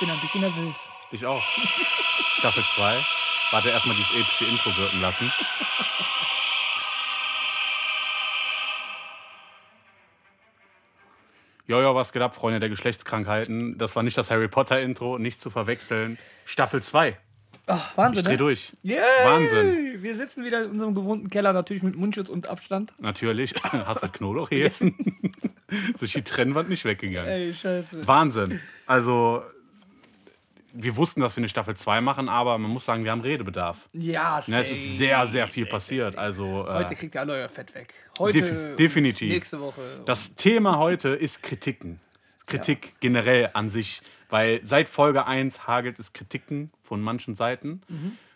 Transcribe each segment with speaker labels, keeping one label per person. Speaker 1: bin ein bisschen nervös.
Speaker 2: Ich auch. Staffel 2. Warte erstmal dieses epische Intro wirken lassen. Jojo, was geht ab, Freunde der Geschlechtskrankheiten? Das war nicht das Harry Potter-Intro, nicht zu verwechseln. Staffel 2.
Speaker 1: Ach, Wahnsinn.
Speaker 2: Ah, Ich dreh
Speaker 1: ne?
Speaker 2: durch.
Speaker 1: Yay!
Speaker 2: Wahnsinn.
Speaker 1: Wir sitzen wieder in unserem gewohnten Keller, natürlich mit Mundschutz und Abstand.
Speaker 2: Natürlich. Hast du Knoblauch hier essen? Ist durch die Trennwand nicht weggegangen.
Speaker 1: Ey, scheiße.
Speaker 2: Wahnsinn. Also, wir wussten, dass wir eine Staffel 2 machen, aber man muss sagen, wir haben Redebedarf.
Speaker 1: Ja,
Speaker 2: Ne,
Speaker 1: safe.
Speaker 2: es ist sehr, sehr viel passiert. Also,
Speaker 1: Heute
Speaker 2: äh,
Speaker 1: kriegt ihr alle euer Fett weg. Heute.
Speaker 2: Defi-
Speaker 1: und
Speaker 2: definitiv.
Speaker 1: Nächste Woche.
Speaker 2: das Thema heute ist Kritiken. Kritik generell an sich. Weil seit Folge 1 hagelt es Kritiken von manchen Seiten.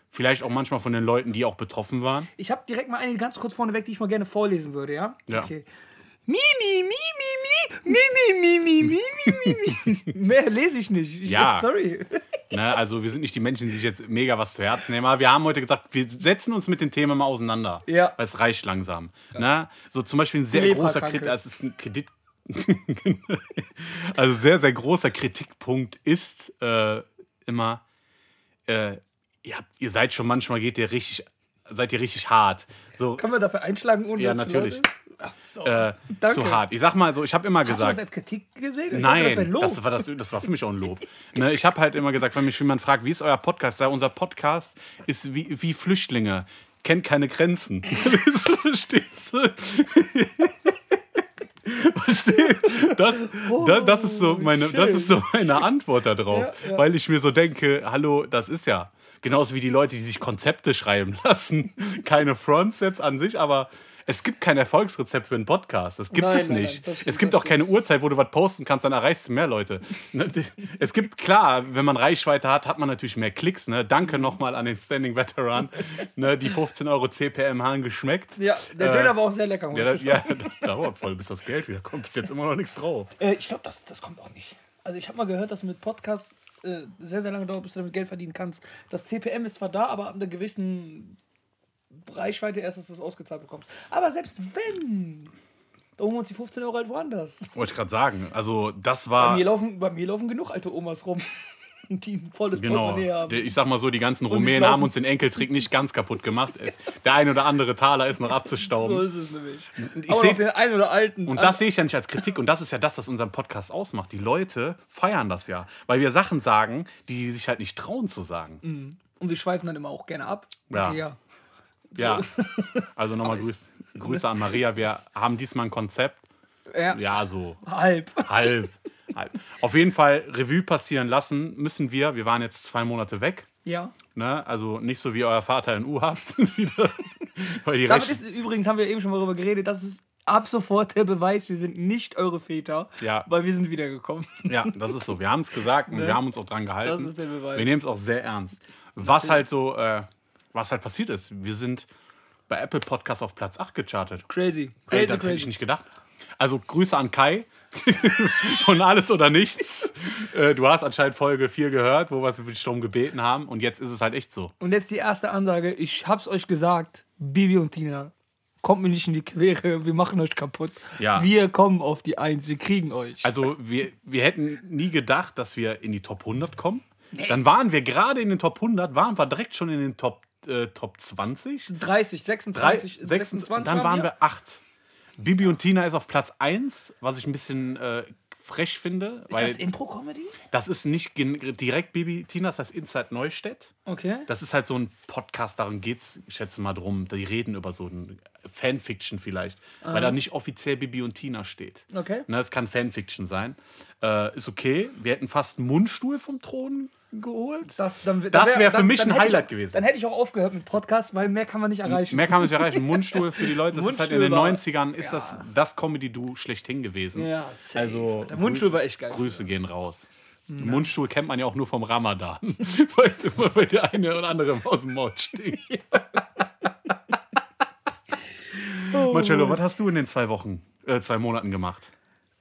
Speaker 2: Vielleicht auch manchmal von den Leuten, die auch betroffen waren.
Speaker 1: Ich habe direkt mal eine ganz kurz vorneweg, die ich mal gerne vorlesen würde, ja?
Speaker 2: Ja.
Speaker 1: Okay. Mi, mi, mi, mi, mi, mi, mi, mi, mi, mi, mi, mi. Mehr lese ich nicht. Ich,
Speaker 2: Ja.
Speaker 1: Sorry.
Speaker 2: Ne? Also wir sind nicht die Menschen, die sich jetzt mega was zu Herzen nehmen, aber wir haben heute gesagt, wir setzen uns mit den Themen mal auseinander.
Speaker 1: Ja.
Speaker 2: Weil es reicht langsam. Ne? So zum Beispiel ein sehr großer
Speaker 1: Leberkranke.
Speaker 2: Kredit, also es ist ein Kredit. also sehr, sehr großer Kritikpunkt ist äh, immer, äh, ihr, habt, ihr seid schon manchmal geht ihr richtig, seid ihr richtig hart. So,
Speaker 1: Können wir dafür einschlagen ohne
Speaker 2: Ja,
Speaker 1: dass es
Speaker 2: natürlich.
Speaker 1: laut ist? Ach, so.
Speaker 2: äh,
Speaker 1: danke.
Speaker 2: zu hart. Ich sag mal so, ich habe immer
Speaker 1: Hast du das
Speaker 2: gesagt.
Speaker 1: als Kritik gesehen? Ich dachte, das wäre
Speaker 2: Nein,
Speaker 1: Lob.
Speaker 2: das war, das, das war für mich auch ein Lob. Ne, ich habe halt immer gesagt, wenn mich jemand fragt, wie ist euer Podcast? Ja, unser Podcast ist wie, wie Flüchtlinge, kennt keine Grenzen. Verstehst du? Verstehst du? Das, das, das, ist so meine, das ist so meine Antwort darauf,
Speaker 1: Oh, Ja, ja.
Speaker 2: weil ich mir so denke, hallo, das ist ja. Genauso wie die Leute, die sich Konzepte schreiben lassen. Keine Frontsets an sich, aber es gibt kein Erfolgsrezept für einen Podcast. Das gibt
Speaker 1: Nein,
Speaker 2: es
Speaker 1: nein, nein,
Speaker 2: nicht.
Speaker 1: das stimmt,
Speaker 2: es gibt
Speaker 1: das
Speaker 2: auch keine Uhrzeit, wo du was posten kannst, dann erreichst du mehr Leute. Ne, d- Es gibt, klar, wenn man Reichweite hat, hat man natürlich mehr Klicks. Ne?
Speaker 1: Mhm.
Speaker 2: Danke nochmal an den Standing Veteran. Ne? Die 15 Euro CPM haben geschmeckt.
Speaker 1: ja, der
Speaker 2: Äh,
Speaker 1: Döner war auch sehr lecker. muss
Speaker 2: ja,
Speaker 1: ich
Speaker 2: das, ja, das dauert voll, bis das Geld wieder kommt. Bis jetzt immer noch nichts drauf.
Speaker 1: Äh, ich glaube, das, das kommt auch nicht. Also ich habe mal gehört, dass mit Podcasts äh, sehr, sehr lange dauert, bis du damit Geld verdienen kannst. Das CPM ist zwar da, aber ab einer gewissen Reichweite erst, dass du es ausgezahlt bekommst. Aber selbst wenn, da holen wir uns die 15 Euro halt woanders.
Speaker 2: Wollte ich gerade sagen. Also, das
Speaker 1: Bei,
Speaker 2: war.
Speaker 1: mir laufen, bei mir laufen genug alte Omas rum, die ein volles
Speaker 2: Genau.
Speaker 1: Portemonnaie haben.
Speaker 2: Der- Ich sag mal so, die ganzen
Speaker 1: nicht
Speaker 2: Rumänen
Speaker 1: laufen.
Speaker 2: haben uns den Enkeltrick nicht ganz kaputt gemacht. Es- Der ein oder andere Taler ist noch
Speaker 1: So
Speaker 2: abzustauben.
Speaker 1: ist es nämlich.
Speaker 2: ich
Speaker 1: aber
Speaker 2: seh-
Speaker 1: noch den einen oder alten.
Speaker 2: Und das sehe ich ja nicht als Kritik. Und das ist ja das, was unseren Podcast ausmacht. Die Leute feiern das ja, weil wir Sachen sagen, die sie sich halt nicht trauen zu sagen.
Speaker 1: Und wir schweifen dann immer auch gerne ab.
Speaker 2: Ja.
Speaker 1: ja.
Speaker 2: Ja. Also nochmal Grüß, Grüße an Maria. Wir haben diesmal ein Konzept.
Speaker 1: ja.
Speaker 2: Ja, so
Speaker 1: Halb.
Speaker 2: halb. halb. Auf jeden Fall Revue passieren lassen müssen wir. Wir waren jetzt zwei Monate weg.
Speaker 1: Ja.
Speaker 2: Ne? Also nicht so wie euer Vater in U-Haft wieder. Weil die
Speaker 1: Damit
Speaker 2: Rechte-
Speaker 1: ist es- übrigens, haben wir eben schon mal darüber geredet, das ist ab sofort der Beweis, wir sind nicht eure Väter,
Speaker 2: Ja.
Speaker 1: weil wir sind wiedergekommen.
Speaker 2: Ja, das ist so. Wir haben es gesagt und wir haben uns auch dran gehalten.
Speaker 1: Ne? Das ist der Beweis.
Speaker 2: Wir nehmen es auch sehr ernst. Was halt so, äh, was halt passiert ist, wir sind bei Apple Podcast auf Platz 8 gechartet.
Speaker 1: Crazy,
Speaker 2: Ey,
Speaker 1: crazy,
Speaker 2: das hätte ich
Speaker 1: crazy.
Speaker 2: nicht gedacht. Also Grüße an Kai von Alles oder Nichts. Äh, du hast anscheinend Folge 4 gehört, wo wir es wirklich darum gebeten haben. Und jetzt ist es halt echt so.
Speaker 1: Und jetzt die erste Ansage, ich hab's euch gesagt, Bibi und Tina, kommt mir nicht in die Quere, wir machen euch kaputt.
Speaker 2: Ja.
Speaker 1: Wir kommen auf die Eins, wir kriegen euch.
Speaker 2: Also wir, wir hätten nie gedacht, dass wir in die Top 100 kommen. Dann waren wir gerade in den Top 100, waren wir direkt schon in den Top, äh, Top 20.
Speaker 1: 30, 26, 26,
Speaker 2: dann waren wir acht. Bibi und Tina ist auf Platz 1, was ich ein bisschen äh, frech finde,
Speaker 1: Ist
Speaker 2: weil
Speaker 1: das
Speaker 2: das,
Speaker 1: Impro-Comedy?
Speaker 2: ist nicht gen- direkt Bibi Tina, das heißt Inside Neustädt.
Speaker 1: Okay.
Speaker 2: Das ist halt so ein Podcast, darum geht's, ich schätze mal drum. Die reden über so ein Fanfiction vielleicht, weil da nicht offiziell Bibi und Tina steht.
Speaker 1: Ah. Okay.
Speaker 2: Ne, es kann Fanfiction sein. Äh, ist okay. Wir hätten fast einen Mundstuhl vom Thron geholt.
Speaker 1: Das, dann- dann
Speaker 2: Das wär für
Speaker 1: dann-
Speaker 2: mich
Speaker 1: dann
Speaker 2: ein
Speaker 1: hätte ich-
Speaker 2: Highlight gewesen.
Speaker 1: Dann hätte ich auch aufgehört mit Podcast, weil mehr kann man nicht erreichen.
Speaker 2: Mehr kann man nicht erreichen. Mundstuhl für die Leute, das ist halt in den
Speaker 1: Mundstuhl war-
Speaker 2: 90ern ist das das Comedy-Du schlechthin gewesen.
Speaker 1: Ja, safe.
Speaker 2: Also,
Speaker 1: Der Mundstuhl war echt geil.
Speaker 2: Grüße gehen raus. Mundstuhl kennt man ja auch nur vom Ramadan. Weil immer bei der eine oder andere aus dem Maul stinkt. Marcello, was hast du in den zwei Wochen, äh, zwei Monaten gemacht?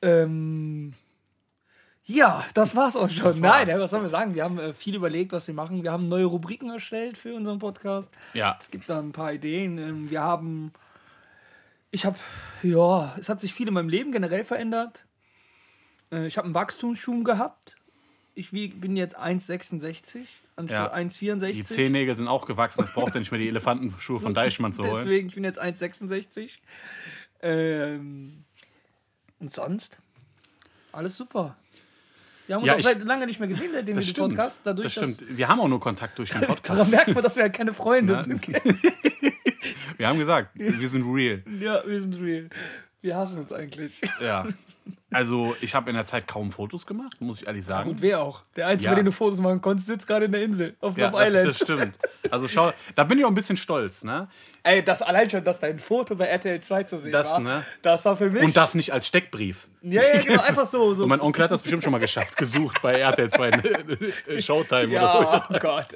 Speaker 1: Ähm, ja, das war's auch schon.
Speaker 2: Das
Speaker 1: Nein,
Speaker 2: war's.
Speaker 1: was sollen wir sagen? Wir haben äh, viel überlegt, was wir machen. Wir haben neue Rubriken erstellt für unseren Podcast.
Speaker 2: Ja.
Speaker 1: Es gibt da ein paar Ideen. Ähm, wir haben. Ich habe. Ja, es hat sich viel in meinem Leben generell verändert. Äh, ich habe einen Wachstumsschum gehabt. Ich wieg, bin jetzt 1,66 anstatt
Speaker 2: Ja. Die
Speaker 1: 1,64.
Speaker 2: Zehennägel sind auch gewachsen. Das braucht er nicht mehr, die Elefantenschuhe von Deichmann zu holen.
Speaker 1: Deswegen, ich bin jetzt 1,66. Ähm, und sonst? Alles super. Wir haben uns
Speaker 2: Ja,
Speaker 1: auch
Speaker 2: ich-
Speaker 1: seit lange nicht mehr gesehen, seitdem wir den Podcast. Dadurch,
Speaker 2: das stimmt. Wir haben auch nur Kontakt durch den
Speaker 1: Dass, daran
Speaker 2: Podcast.
Speaker 1: merkt man, dass wir halt keine Freunde sind.
Speaker 2: Wir haben gesagt, wir sind real.
Speaker 1: ja, wir sind real. Wir hassen uns eigentlich.
Speaker 2: Ja. Also, ich habe in der Zeit kaum Fotos gemacht, muss ich ehrlich sagen.
Speaker 1: Und wer auch? Der Einzige,
Speaker 2: Ja.
Speaker 1: mit dem du Fotos machen konntest, sitzt gerade in der Insel. Auf
Speaker 2: ja,
Speaker 1: Love
Speaker 2: das,
Speaker 1: Island.
Speaker 2: das stimmt. Also, schau, da bin ich auch ein bisschen stolz, ne?
Speaker 1: Ey, das allein schon, dass dein Foto bei RTL 2 zu sehen
Speaker 2: Das,
Speaker 1: war.
Speaker 2: ne?
Speaker 1: Das war für mich.
Speaker 2: Und das nicht als Steckbrief.
Speaker 1: ja, ja, genau, einfach so. so.
Speaker 2: Und mein Onkel hat das bestimmt schon mal geschafft, gesucht bei RTL 2 ne, äh, Showtime oder
Speaker 1: ja, oh Gott.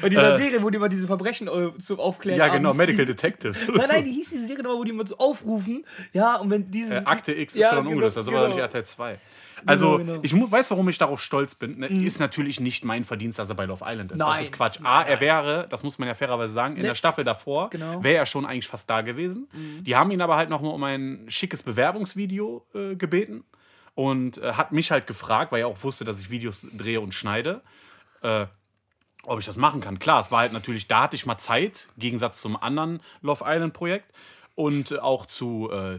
Speaker 1: Bei dieser Serie, wo die mal diese Verbrechen äh, zu
Speaker 2: so.
Speaker 1: aufklären.
Speaker 2: Ja, genau,
Speaker 1: abends
Speaker 2: Medical Detectives.
Speaker 1: Nein, nein, die hieß diese Serie nochmal, wo die mal so aufrufen. Ja, und wenn dieses.
Speaker 2: Äh, Akte X,
Speaker 1: Ja,
Speaker 2: Y
Speaker 1: genau,
Speaker 2: ungelöst. Also war
Speaker 1: genau.
Speaker 2: nicht RTL 2. Also,
Speaker 1: genau. Mhm.
Speaker 2: ich mu- weiß, warum ich darauf stolz bin. Ne? Ist natürlich nicht mein Verdienst, dass er bei Love Island ist.
Speaker 1: Nein.
Speaker 2: Das ist Quatsch. A, er wäre, das muss man ja fairerweise sagen, in der
Speaker 1: Letzt-
Speaker 2: Staffel davor
Speaker 1: Genau. Mhm.
Speaker 2: wäre er schon eigentlich fast da gewesen. Die haben ihn aber halt nochmal um ein schickes Bewerbungsvideo äh, gebeten und äh, hat mich halt gefragt, weil er auch wusste, dass ich Videos drehe und schneide. Äh, ob ich das machen kann. Klar, es war halt natürlich, da hatte ich mal Zeit, im Gegensatz zum anderen Love Island-Projekt und äh, auch zu äh,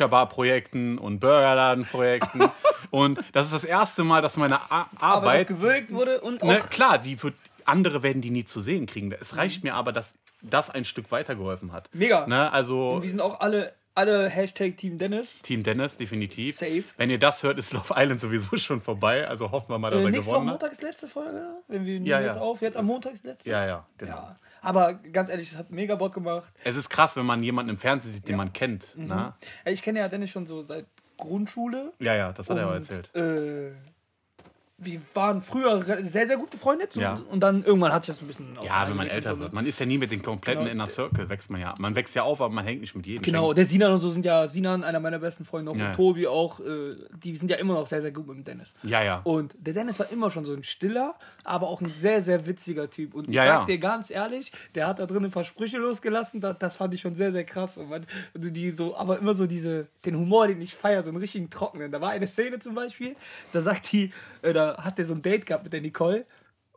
Speaker 2: Shisha-Bar-Projekten und Burgerladen-Projekten. und das ist das erste Mal, dass meine Ar
Speaker 1: aber auch
Speaker 2: Arbeit,
Speaker 1: gewürdigt wurde und auch.
Speaker 2: ne, klar, die wird, andere werden die nie zu sehen kriegen. Es reicht mir aber, dass das ein Stück weitergeholfen hat.
Speaker 1: Mhm. Mega.
Speaker 2: Ne, also
Speaker 1: Wir sind auch alle, alle Hashtag Team Dennis.
Speaker 2: Team Dennis, definitiv.
Speaker 1: Safe.
Speaker 2: Wenn ihr das hört, ist Love Island sowieso schon vorbei. Also hoffen wir mal, dass
Speaker 1: Äh,
Speaker 2: er
Speaker 1: nächste Woche
Speaker 2: gewonnen hat.
Speaker 1: Montag ist letzte Folge. Wenn wir nehmen
Speaker 2: Ja,
Speaker 1: jetzt
Speaker 2: ja.
Speaker 1: auf. Jetzt am Montag ist letzte.
Speaker 2: Ja, ja, genau.
Speaker 1: ja. Aber ganz ehrlich, es hat mega Bock gemacht.
Speaker 2: Es ist krass, wenn man jemanden im Fernsehen sieht, den man kennt. Ne?
Speaker 1: Ey, Ich kenne ja Dennis schon so seit Grundschule.
Speaker 2: Ja, ja, das hat er auch
Speaker 1: Und,
Speaker 2: erzählt.
Speaker 1: Äh, wir waren früher re- sehr, sehr gut befreundet. so.
Speaker 2: Ja.
Speaker 1: Und dann irgendwann hat sich das so ein bisschen
Speaker 2: Ja, wenn man
Speaker 1: auseinandergelebt
Speaker 2: älter
Speaker 1: und so,
Speaker 2: wird.
Speaker 1: ne?
Speaker 2: Man ist ja nie mit den kompletten
Speaker 1: Genau.
Speaker 2: Inner Circle, wächst man ja. Man wächst ja auf, aber man hängt nicht mit jedem.
Speaker 1: Genau, der Sinan und so sind ja, Sinan, einer meiner besten Freunde, auch
Speaker 2: Ja.
Speaker 1: und Tobi auch, äh, die sind ja immer noch sehr, sehr gut mit dem Dennis.
Speaker 2: Ja, ja.
Speaker 1: Und der Dennis war immer schon so ein stiller, aber auch ein sehr, sehr witziger Typ. Und ich
Speaker 2: Ja,
Speaker 1: sag
Speaker 2: ja.
Speaker 1: dir ganz ehrlich, der hat da drin ein paar Sprüche losgelassen, das, das fand ich schon sehr, sehr krass. Und man, und die so, aber immer so diese, den Humor, den ich feiere, so einen richtigen trockenen. Da war eine Szene zum Beispiel, da sagt die, äh, da hat der so ein Date gehabt mit der Nicole.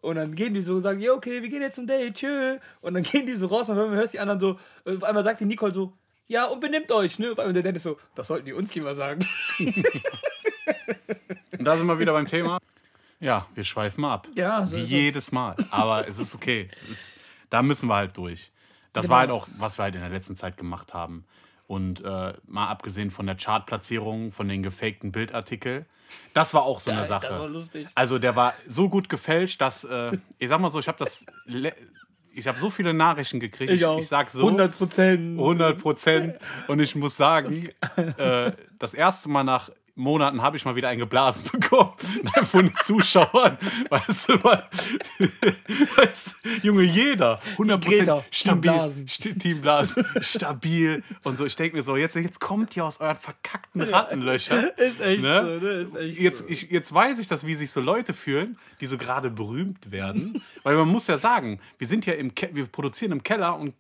Speaker 1: Und dann gehen die so und sagen, ja, okay, wir gehen jetzt zum Date, tschö. Und dann gehen die so raus und man hört die anderen so, äh, auf einmal sagt die Nicole so, ja, und benimmt euch, ne? Auf einmal der Dennis so, das sollten die uns lieber sagen.
Speaker 2: Und da sind wir wieder beim Thema. Ja, wir schweifen ab.
Speaker 1: Ja, so
Speaker 2: Wie
Speaker 1: ist es.
Speaker 2: jedes Mal. Aber es ist okay. Es ist, da müssen wir halt durch. Das
Speaker 1: Genau.
Speaker 2: war halt auch, was wir halt in der letzten Zeit gemacht haben. Und äh, mal abgesehen von der Chartplatzierung, von den gefakten Bildartikel, das war auch so eine
Speaker 1: Das
Speaker 2: Sache.
Speaker 1: war lustig.
Speaker 2: Also der war so gut gefälscht, dass äh, ich sag mal so, ich habe das, le- ich habe so viele Nachrichten gekriegt. Ich, ich sag so,
Speaker 1: 100 Prozent.
Speaker 2: 100 Prozent. Und ich muss sagen, äh, das erste Mal nach Monaten habe ich mal wieder einen geblasen bekommen. Nein, von den Zuschauern. Weißt du, weil, weißt, du, Junge, jeder. 100
Speaker 1: Greta,
Speaker 2: Prozent
Speaker 1: Team
Speaker 2: stabil.
Speaker 1: Blasen.
Speaker 2: St- Team Blasen. Stabil. Und so, ich denke mir so, jetzt, jetzt kommt ihr aus euren verkackten Rattenlöchern.
Speaker 1: Ist echt
Speaker 2: Ne?
Speaker 1: so, ne? Ist echt
Speaker 2: Jetzt,
Speaker 1: so.
Speaker 2: ich, jetzt weiß ich das, wie sich so Leute fühlen, die so gerade berühmt werden. Weil man muss ja sagen, wir sind ja im Ke wir produzieren im Keller und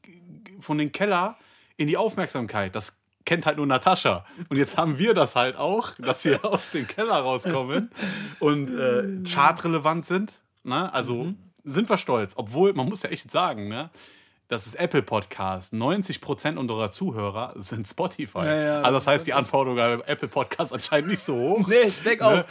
Speaker 2: von den Keller in die Aufmerksamkeit. Das kennt halt nur Natascha. Und jetzt haben wir das halt auch, dass wir aus dem Keller rauskommen und äh, chartrelevant sind. Ne? Also
Speaker 1: Mhm.
Speaker 2: sind wir stolz. Obwohl, man muss ja echt sagen, ne? Das ist Apple Podcast. 90% unserer Zuhörer sind Spotify.
Speaker 1: ja,
Speaker 2: also das heißt, die Anforderungen an Apple Podcast anscheinend nicht so hoch.
Speaker 1: Nee, ich denk auch.
Speaker 2: Ne?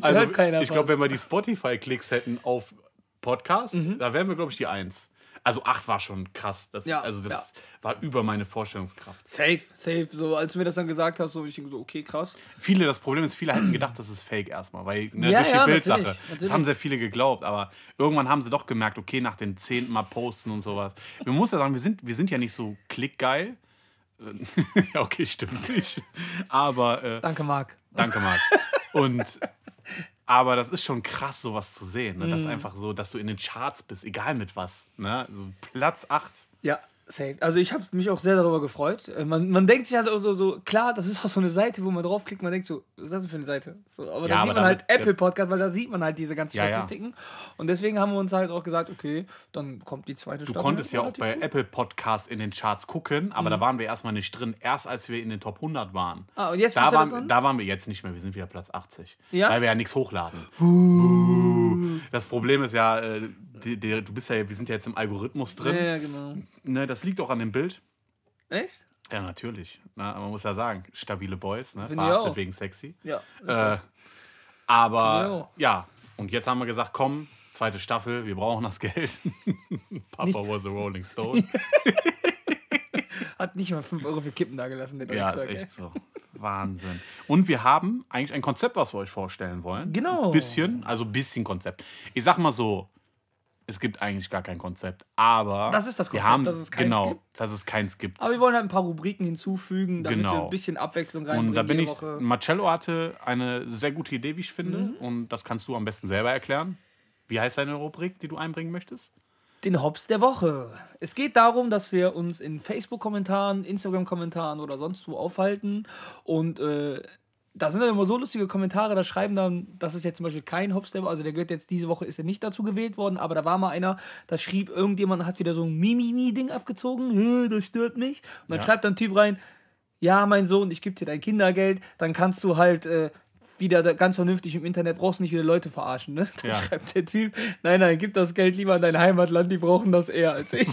Speaker 2: Also,
Speaker 1: Hört keiner.
Speaker 2: ich glaube, wenn wir die Spotify-Klicks hätten auf Podcast,
Speaker 1: Mhm.
Speaker 2: da wären wir, glaube ich, die Eins. Also acht war schon krass. Das,
Speaker 1: Ja,
Speaker 2: also das war über meine Vorstellungskraft.
Speaker 1: safe, safe. So, als du mir das dann gesagt hast, so ich denk so, okay, krass.
Speaker 2: Viele, das Problem ist, viele hätten gedacht, das ist fake erstmal, weil ne,
Speaker 1: Ja,
Speaker 2: durch die
Speaker 1: ja,
Speaker 2: Bildsache.
Speaker 1: natürlich,
Speaker 2: Das
Speaker 1: natürlich.
Speaker 2: haben sehr viele geglaubt, aber irgendwann haben sie doch gemerkt, okay, nach dem zehnten Mal posten und sowas. Man muss ja sagen, wir sind, wir sind ja nicht so klickgeil. Äh, ja, okay, stimmt nicht. Aber äh,
Speaker 1: Danke, Marc.
Speaker 2: Danke, Marc. Und aber das ist schon krass, sowas
Speaker 1: Mhm.
Speaker 2: zu sehen. Ne? Das ist einfach so, dass du in den Charts bist, egal mit was. Ne? So Platz 8.
Speaker 1: Ja, Safe. Also ich habe mich auch sehr darüber gefreut. Äh, Man, man denkt sich halt auch so, so, klar, das ist auch so eine Seite, wo man draufklickt, man denkt so, was ist das denn für eine Seite? So, aber
Speaker 2: Ja,
Speaker 1: dann
Speaker 2: aber
Speaker 1: sieht man halt
Speaker 2: damit-
Speaker 1: Apple Podcast, weil da sieht man halt diese ganzen
Speaker 2: Ja, ja.
Speaker 1: Statistiken. Und deswegen haben wir uns halt auch gesagt, okay, dann kommt die zweite
Speaker 2: Du
Speaker 1: Staffel.
Speaker 2: konntest ja auch bei
Speaker 1: Apple.
Speaker 2: Apple Podcasts in den Charts gucken, aber da waren wir erstmal nicht drin, erst als wir in den Top 100 waren.
Speaker 1: Mhm. Ah, und jetzt bist
Speaker 2: da
Speaker 1: du da
Speaker 2: waren,
Speaker 1: drin?
Speaker 2: da waren wir jetzt nicht mehr, wir sind wieder Platz 80.
Speaker 1: Ja?
Speaker 2: Weil wir ja nichts hochladen. Das Problem ist ja, äh, die, die, du bist ja, wir sind ja jetzt im Algorithmus
Speaker 1: Ja,
Speaker 2: drin.
Speaker 1: ja, genau.
Speaker 2: Ne, das liegt auch an dem Bild.
Speaker 1: Echt?
Speaker 2: Ja, natürlich. Na, man muss ja sagen, stabile Boys, ne?
Speaker 1: Finde ich
Speaker 2: verhaftet
Speaker 1: auch.
Speaker 2: wegen sexy.
Speaker 1: Ja.
Speaker 2: Äh,
Speaker 1: Genau.
Speaker 2: aber ja, und jetzt haben wir gesagt, komm, zweite Staffel, wir brauchen das Geld. Papa was a Rolling Stone.
Speaker 1: Hat nicht mal 5 Euro für Kippen dagelassen, den
Speaker 2: ja, ist
Speaker 1: Drecksack, ey.
Speaker 2: echt so. Wahnsinn. Und wir haben eigentlich ein Konzept, was wir euch vorstellen wollen.
Speaker 1: Genau.
Speaker 2: Ein bisschen, also ein bisschen Konzept. Ich sag mal so, es gibt eigentlich gar kein Konzept, aber
Speaker 1: Das ist das
Speaker 2: wir
Speaker 1: Konzept,
Speaker 2: haben's-
Speaker 1: dass es keins
Speaker 2: genau,
Speaker 1: gibt.
Speaker 2: dass es keins gibt.
Speaker 1: Aber wir wollen halt ein paar Rubriken hinzufügen, damit wir
Speaker 2: Genau.
Speaker 1: ein bisschen Abwechslung reinbringen.
Speaker 2: Und da bin
Speaker 1: jede
Speaker 2: ich.
Speaker 1: Woche. Mhm.
Speaker 2: Marcello hatte eine sehr gute Idee, wie ich finde. Und das kannst du am besten selber erklären. Wie heißt deine Rubrik, die du einbringen möchtest?
Speaker 1: den Hops der Woche. Es geht darum, dass wir uns in Facebook-Kommentaren, Instagram-Kommentaren oder sonst wo aufhalten. Und äh, da sind dann immer so lustige Kommentare, da schreiben dann, das ist jetzt zum Beispiel kein Hops der Woche, also der gehört jetzt diese Woche, ist er nicht dazu gewählt worden, aber da war mal einer, da schrieb, irgendjemand hat wieder so ein Mimimi-Ding abgezogen, "Hä, das stört mich. Und dann
Speaker 2: Ja.
Speaker 1: schreibt dann ein Typ rein, ja, mein Sohn, ich gebe dir dein Kindergeld, dann kannst du halt äh, wieder da- ganz vernünftig im Internet, brauchst nicht wieder Leute verarschen, ne? Dann
Speaker 2: Ja.
Speaker 1: schreibt der Typ, nein, nein, gib das Geld lieber an dein Heimatland, die brauchen das eher als ich.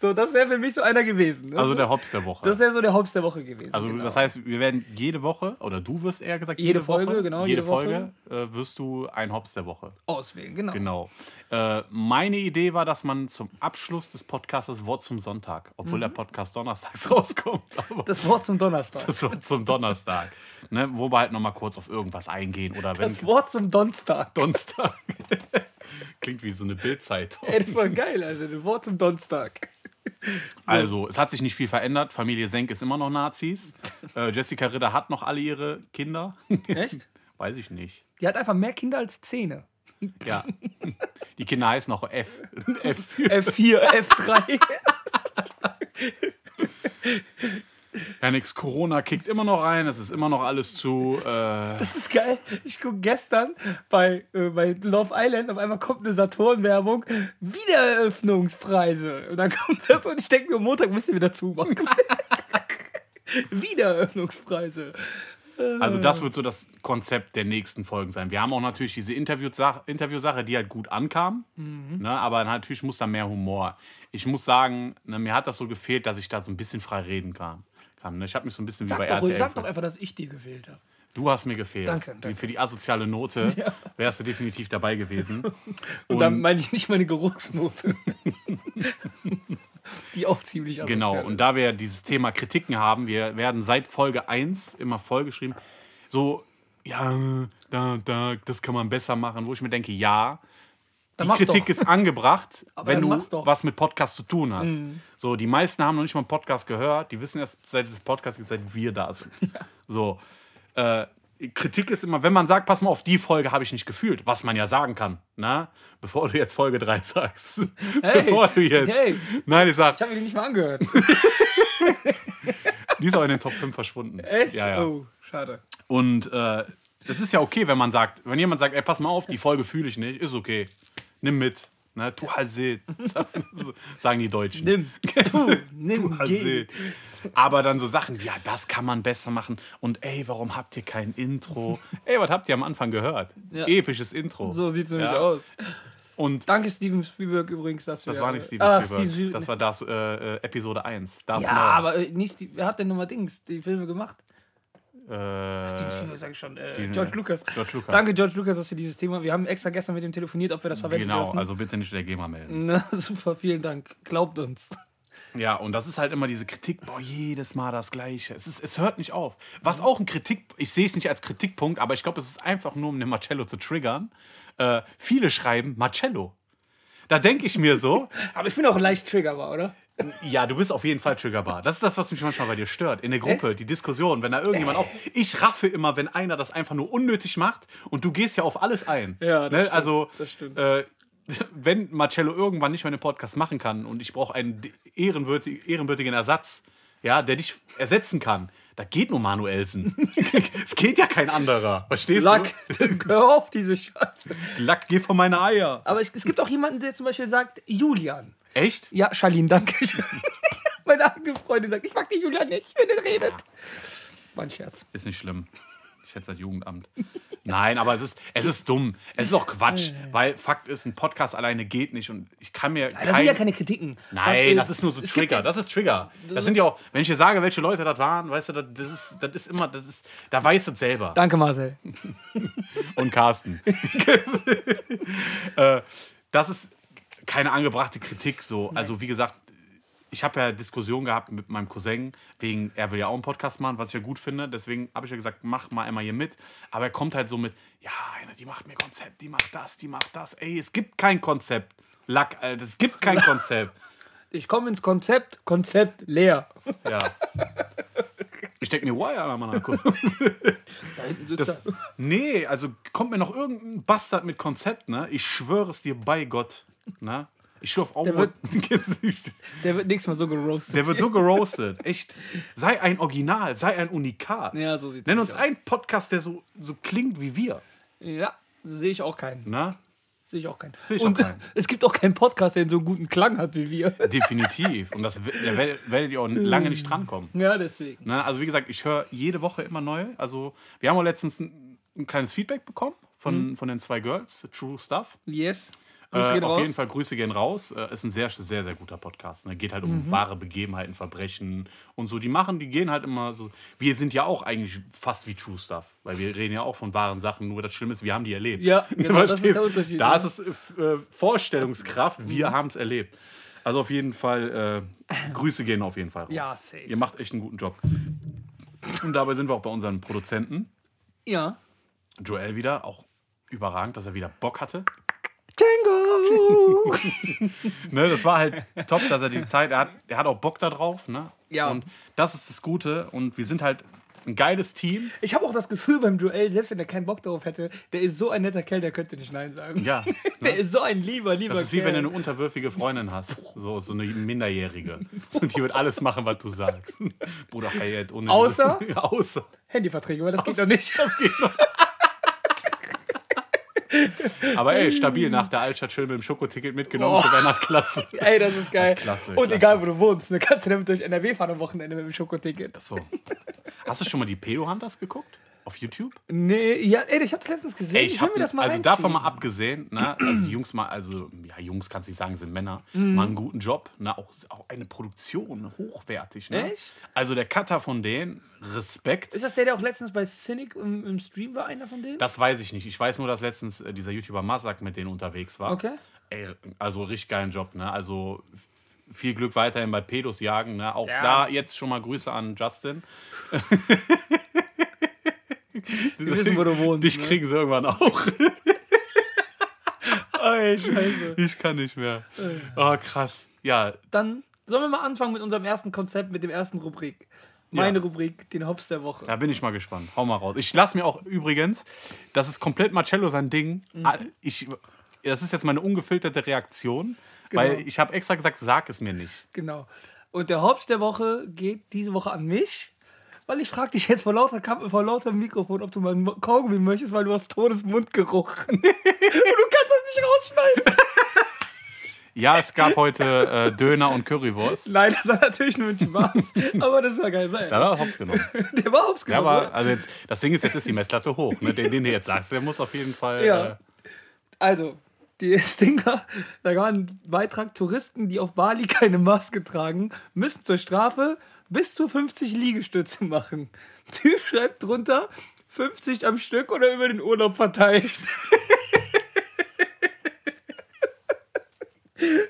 Speaker 1: so, das wäre für mich so einer gewesen. Ne?
Speaker 2: Also der Hops der Woche.
Speaker 1: das wäre so der Hops der Woche gewesen.
Speaker 2: also
Speaker 1: genau.
Speaker 2: das heißt, wir werden jede Woche, oder du wirst eher gesagt,
Speaker 1: Jede Folge, genau,
Speaker 2: jede,
Speaker 1: jede Woche.
Speaker 2: Folge äh, wirst du ein Hops der Woche.
Speaker 1: Auswählen, genau.
Speaker 2: Genau. Äh, meine Idee war, dass man zum Abschluss des Podcasts das Wort zum Sonntag, obwohl
Speaker 1: Mhm.
Speaker 2: der Podcast donnerstags rauskommt. Aber
Speaker 1: Das Wort zum Donnerstag. Das,
Speaker 2: das Wort zum Donnerstag. Ne, wo wir halt nochmal kurz auf irgendwas eingehen oder wenn
Speaker 1: Wort zum Donnerstag.
Speaker 2: Donnerstag. Klingt wie so eine Bildzeitung.
Speaker 1: Ey, das ist doch geil, also das Wort zum Donnerstag.
Speaker 2: Also, es hat sich nicht viel verändert. Familie Senk ist immer noch Nazis. Äh, Jessica Ritter hat noch alle ihre Kinder.
Speaker 1: Echt?
Speaker 2: Weiß ich nicht.
Speaker 1: Die hat einfach mehr Kinder als Zähne.
Speaker 2: Ja. Die Kinder heißen noch F. F.
Speaker 1: F4, F3.
Speaker 2: Ja, nix. Corona kickt immer noch rein. Es ist immer noch alles zu. Äh,
Speaker 1: Das ist geil. Ich gucke gestern bei, äh, bei Love Island, auf einmal kommt eine Saturn-Werbung, Wiedereröffnungspreise. Und dann kommt das und ich denke mir, Montag müssen wir wieder zumachen. Wiedereröffnungspreise.
Speaker 2: Also das wird so das Konzept der nächsten Folgen sein. Wir haben auch natürlich diese Interviewsache, Interviewsache die halt gut ankam,
Speaker 1: Mhm.
Speaker 2: ne, aber natürlich muss da mehr Humor. Ich muss sagen, ne, mir hat das so gefehlt, dass ich da so ein bisschen frei reden kam. kam ne? Ich habe mich so ein bisschen
Speaker 1: Sag
Speaker 2: wie bei
Speaker 1: doch, ruhig,
Speaker 2: RTL.
Speaker 1: sag doch einfach, dass ich dir gewählt habe.
Speaker 2: Du hast mir gefehlt.
Speaker 1: Danke,
Speaker 2: Die-
Speaker 1: danke.
Speaker 2: Für die asoziale Note wärst du definitiv dabei gewesen.
Speaker 1: Und, dann meine ich nicht meine Geruchsnote. Die auch ziemlich asozial
Speaker 2: Genau,
Speaker 1: ist.
Speaker 2: und da wir ja dieses Thema Kritiken haben, wir werden seit Folge 1 immer vollgeschrieben, so, ja, da, da, das kann man besser machen, wo ich mir denke, ja, die
Speaker 1: mach's
Speaker 2: Kritik
Speaker 1: doch.
Speaker 2: ist angebracht,
Speaker 1: Aber
Speaker 2: wenn
Speaker 1: dann
Speaker 2: du
Speaker 1: mach's doch. Mhm.
Speaker 2: was mit Podcast zu tun hast. So, die meisten haben noch nicht mal einen Podcast gehört, die wissen erst seit des Podcasts, gibt, seit wir da sind. So, äh, Kritik ist immer, wenn man sagt, pass mal auf, die Folge habe ich nicht gefühlt, was man ja sagen kann, ne? Bevor du jetzt Folge 3 sagst. Bevor du jetzt.
Speaker 1: hey.
Speaker 2: Nein, ich sag,
Speaker 1: Ich habe die nicht mal angehört.
Speaker 2: die ist auch in den Top 5 verschwunden.
Speaker 1: Echt?
Speaker 2: Ja, ja.
Speaker 1: Oh, schade.
Speaker 2: Und äh, es ist ja okay, wenn man sagt, wenn jemand sagt, ey, pass mal auf, die Folge fühle ich nicht, ist okay. Nimm mit. Ne? Du Hasid, sagen die Deutschen.
Speaker 1: Nimm. Du, nimm, geh.
Speaker 2: Hasid. Aber dann so Sachen wie, ja, das kann man besser machen. Und ey, warum habt ihr kein Intro? Ey, was habt ihr am Anfang gehört?
Speaker 1: Ja.
Speaker 2: Episches Intro.
Speaker 1: So sieht's nämlich
Speaker 2: Ja.
Speaker 1: aus.
Speaker 2: Und
Speaker 1: Danke Steven Spielberg übrigens, dass wir...
Speaker 2: das war nicht Steven
Speaker 1: Ah,
Speaker 2: Spielberg.
Speaker 1: Steven
Speaker 2: Das war das, äh, äh, Episode 1. Darth
Speaker 1: Ja,
Speaker 2: Maul.
Speaker 1: aber äh, nicht die, wer hat denn nochmal Dings, die Filme gemacht?
Speaker 2: Äh,
Speaker 1: Steven Spielberg, sag ich schon. Äh,
Speaker 2: Steven-
Speaker 1: George Lucas.
Speaker 2: George Lucas.
Speaker 1: Danke, George Lucas, dass wir dieses Thema. Wir haben extra gestern mit ihm telefoniert, ob wir das verwenden
Speaker 2: Genau,
Speaker 1: dürfen.
Speaker 2: also bitte nicht der GEMA melden.
Speaker 1: Na, super, vielen Dank. Glaubt uns.
Speaker 2: Ja, und das ist halt immer diese Kritik, boah, jedes Mal das Gleiche. Es, ist, es hört nicht auf. Was auch ein Kritik, ich sehe es nicht als Kritikpunkt, aber ich glaube, es ist einfach nur, um den Marcello zu triggern. Äh, viele schreiben Marcello. Da denke ich mir so,
Speaker 1: Aber ich bin auch leicht triggerbar, oder?
Speaker 2: ja, du bist auf jeden Fall triggerbar. Das ist das, was mich manchmal bei dir stört. In der Gruppe, die Diskussion, wenn da irgendjemand auf. Ich raffe immer, wenn einer das einfach nur unnötig macht und du gehst ja auf alles ein.
Speaker 1: Ja, das
Speaker 2: ne?
Speaker 1: stimmt,
Speaker 2: Also,
Speaker 1: das stimmt.
Speaker 2: Äh, wenn Marcello irgendwann nicht mehr den Podcast machen kann und ich brauche einen de- ehrenwürdig, ehrenwürdigen Ersatz, ja, der dich ersetzen kann, da geht nur Manuelsen. es geht ja kein anderer. Verstehst
Speaker 1: Lack, hör auf diese Scheiße.
Speaker 2: du? Lack, geh von meine Eier.
Speaker 1: Aber es, es gibt auch jemanden, der zum Beispiel sagt, Julian.
Speaker 2: Echt?
Speaker 1: Ja, Charlene, danke. Meine eigene Freundin sagt, ich mag die Julian nicht, wenn er redet. Mein Scherz.
Speaker 2: Ist nicht schlimm. Ich schätze das Jugendamt. Nein, aber es ist, es ist dumm. Es ist auch Quatsch,
Speaker 1: Äh.
Speaker 2: weil Fakt ist, ein Podcast alleine geht nicht und ich kann mir
Speaker 1: Das sind ja keine Kritiken.
Speaker 2: Nein,
Speaker 1: Äh,
Speaker 2: das ist nur so
Speaker 1: es gibt
Speaker 2: Trigger.
Speaker 1: ja-
Speaker 2: Das ist Trigger. Das sind ja auch, wenn ich dir sage, welche Leute das waren, weißt du, das, das ist, das ist immer, das ist, da weißt du es selber.
Speaker 1: Danke, Marcel.
Speaker 2: Und Carsten. äh, das ist keine angebrachte Kritik so. Also wie gesagt, ich habe ja Diskussion gehabt mit meinem Cousin wegen, er will ja auch einen Podcast machen, was ich ja gut finde. Deswegen habe ich ja gesagt, mach mal einmal hier mit. Aber er kommt halt so mit, ja, einer, die macht mir Konzept, die macht das, die macht das. Ey, es gibt kein Konzept. Lack, Alter, es gibt kein Konzept.
Speaker 1: Ich komme ins Konzept, Konzept leer.
Speaker 2: Ja. Ich denke mir, why, Alter, Mann, guck.
Speaker 1: Da hinten sitzt
Speaker 2: Das,
Speaker 1: er.
Speaker 2: nee, also kommt mir noch irgendein Bastard mit Konzept, ne? Ich schwöre es dir bei Gott, ne? Ich schwöre auf
Speaker 1: Der
Speaker 2: Augen. Der
Speaker 1: Der wird nächstes Mal so geroastet.
Speaker 2: wird so geroastet, echt. Sei ein Original, sei ein Unikat.
Speaker 1: Ja, so sieht's
Speaker 2: Nenn
Speaker 1: nämlich
Speaker 2: uns einen Podcast, der so, so klingt wie wir,
Speaker 1: Ja, sehe ich auch keinen.
Speaker 2: ne?
Speaker 1: Sehe ich auch keinen.
Speaker 2: Sehe ich auch
Speaker 1: Und
Speaker 2: keinen.
Speaker 1: es gibt auch keinen Podcast, der so einen guten Klang hat wie wir.
Speaker 2: Definitiv. Und das we- da werdet werdet ihr auch lange nicht drankommen.
Speaker 1: Ja, deswegen.
Speaker 2: Ne, also wie gesagt, ich höre jede Woche immer neue. Also wir haben auch letztens ein, ein kleines Feedback bekommen von,
Speaker 1: Mhm.
Speaker 2: von den zwei Girls, True Stuff.
Speaker 1: Yes. Grüße
Speaker 2: Äh,
Speaker 1: gehen
Speaker 2: auf
Speaker 1: raus.
Speaker 2: jeden Fall Grüße gehen raus. Äh, ist ein sehr, sehr, sehr guter Podcast. Ne? Geht halt
Speaker 1: Mhm.
Speaker 2: um wahre Begebenheiten, Verbrechen und so. Die machen, die gehen halt immer so. Wir sind ja auch eigentlich fast wie True Stuff, weil wir reden ja auch von wahren Sachen. Nur das Schlimme ist, wir haben die erlebt.
Speaker 1: Ja, genau, das ist
Speaker 2: Verstehst?
Speaker 1: der Unterschied,
Speaker 2: Da
Speaker 1: ja. Mhm.
Speaker 2: ist es äh, Vorstellungskraft. Wir haben es erlebt. Also auf jeden Fall äh, Grüße gehen auf jeden Fall raus.
Speaker 1: Ja, safe.
Speaker 2: Ihr macht echt einen guten Job. Und dabei sind wir auch bei unseren Produzenten.
Speaker 1: Ja.
Speaker 2: Joel wieder, auch überragend, dass er wieder Bock hatte.
Speaker 1: Django!
Speaker 2: ne, das war halt top, dass er die Zeit, er hat, er hat auch Bock da drauf, ne?
Speaker 1: Ja.
Speaker 2: Und das ist das Gute und wir sind halt ein geiles Team.
Speaker 1: Ich habe auch das Gefühl beim Duell, selbst wenn er keinen Bock darauf hätte, der ist so ein netter Kerl, der könnte nicht Nein sagen.
Speaker 2: Ja. ne?
Speaker 1: Der ist so ein lieber, lieber
Speaker 2: Das ist wie wenn
Speaker 1: Kerl.
Speaker 2: du eine unterwürfige Freundin hast, so, so eine Minderjährige. Und die wird alles machen, was du sagst. Bruder Hayat. Ohne
Speaker 1: Außer?
Speaker 2: außer.
Speaker 1: Handyverträge, aber das geht doch nicht.
Speaker 2: Das geht noch. Aber ey, stabil nach der Altstadt schön mit dem Schokoticket mitgenommen
Speaker 1: Oh.
Speaker 2: zur Weihnachtsklasse.
Speaker 1: Ey, das ist geil.
Speaker 2: klasse,
Speaker 1: Und
Speaker 2: klasse.
Speaker 1: egal, wo du wohnst, ne, kannst du damit durch NRW fahren am Wochenende mit dem Schokoticket.
Speaker 2: So. Hast du schon mal die Pedo-Hunters geguckt? Auf YouTube?
Speaker 1: Nee, ja, ey, ich hab's letztens gesehen.
Speaker 2: Ey,
Speaker 1: ich
Speaker 2: ich
Speaker 1: will
Speaker 2: hab,
Speaker 1: mir das mal
Speaker 2: also
Speaker 1: reinziehen.
Speaker 2: davon mal abgesehen, ne, also die Jungs mal, also ja, Jungs kannst nicht sagen, sind Männer,
Speaker 1: Mhm.
Speaker 2: machen einen guten Job, ne, auch, auch eine Produktion hochwertig, ne?
Speaker 1: Echt?
Speaker 2: Also der Cutter von denen, Respekt.
Speaker 1: Ist das der, der auch letztens bei Cynic im, im Stream war, einer von denen?
Speaker 2: Das weiß ich nicht. Ich weiß nur, dass letztens äh, dieser YouTuber Masak mit denen unterwegs war.
Speaker 1: Okay.
Speaker 2: Ey, also richtig geilen Job, ne? Also f- viel Glück weiterhin bei Pedos jagen, ne? Auch
Speaker 1: Ja.
Speaker 2: da jetzt schon mal Grüße an Justin.
Speaker 1: Wir wissen, wo du wohnst.
Speaker 2: Dich
Speaker 1: ne?
Speaker 2: kriegen sie irgendwann auch.
Speaker 1: Ey, scheiße.
Speaker 2: Ich kann nicht mehr. Oh, krass. Ja,
Speaker 1: Dann sollen wir mal anfangen mit unserem ersten Konzept, mit dem ersten Rubrik. Meine Rubrik, den Hops der Woche.
Speaker 2: Da bin ich mal gespannt. Hau mal raus. Ich lasse mir auch übrigens, das ist komplett Marcello sein Ding.
Speaker 1: Mhm.
Speaker 2: Ah, Ich, das ist jetzt meine ungefilterte Reaktion, weil ich habe extra gesagt, sag es mir nicht.
Speaker 1: Genau. Und der Hops der Woche geht diese Woche an mich, weil ich frage dich jetzt vor lauter Kappe, vor lauter Mikrofon, ob du mal einen Kaugummi möchtest, weil du hast todes Mundgeruch. Und du kannst das nicht rausschneiden.
Speaker 2: Ja, es gab heute äh, Döner und Currywurst.
Speaker 1: Nein, das war natürlich nur ein Spaß. aber das war geil sein.
Speaker 2: Da war Hops genommen.
Speaker 1: Der war Hops
Speaker 2: Ja,
Speaker 1: genommen.
Speaker 2: aber
Speaker 1: oder?
Speaker 2: also jetzt, das Ding ist, jetzt ist die Messlatte hoch. Ne? Den, den du jetzt sagst, der muss auf jeden Fall.
Speaker 1: Ja.
Speaker 2: Äh,
Speaker 1: Also, die Stinger, da war ein Beitrag, Touristen, die auf Bali keine Maske tragen, müssen zur Strafe bis zu 50 Liegestütze machen. Typ schreibt drunter, 50 am Stück oder über den Urlaub verteilt.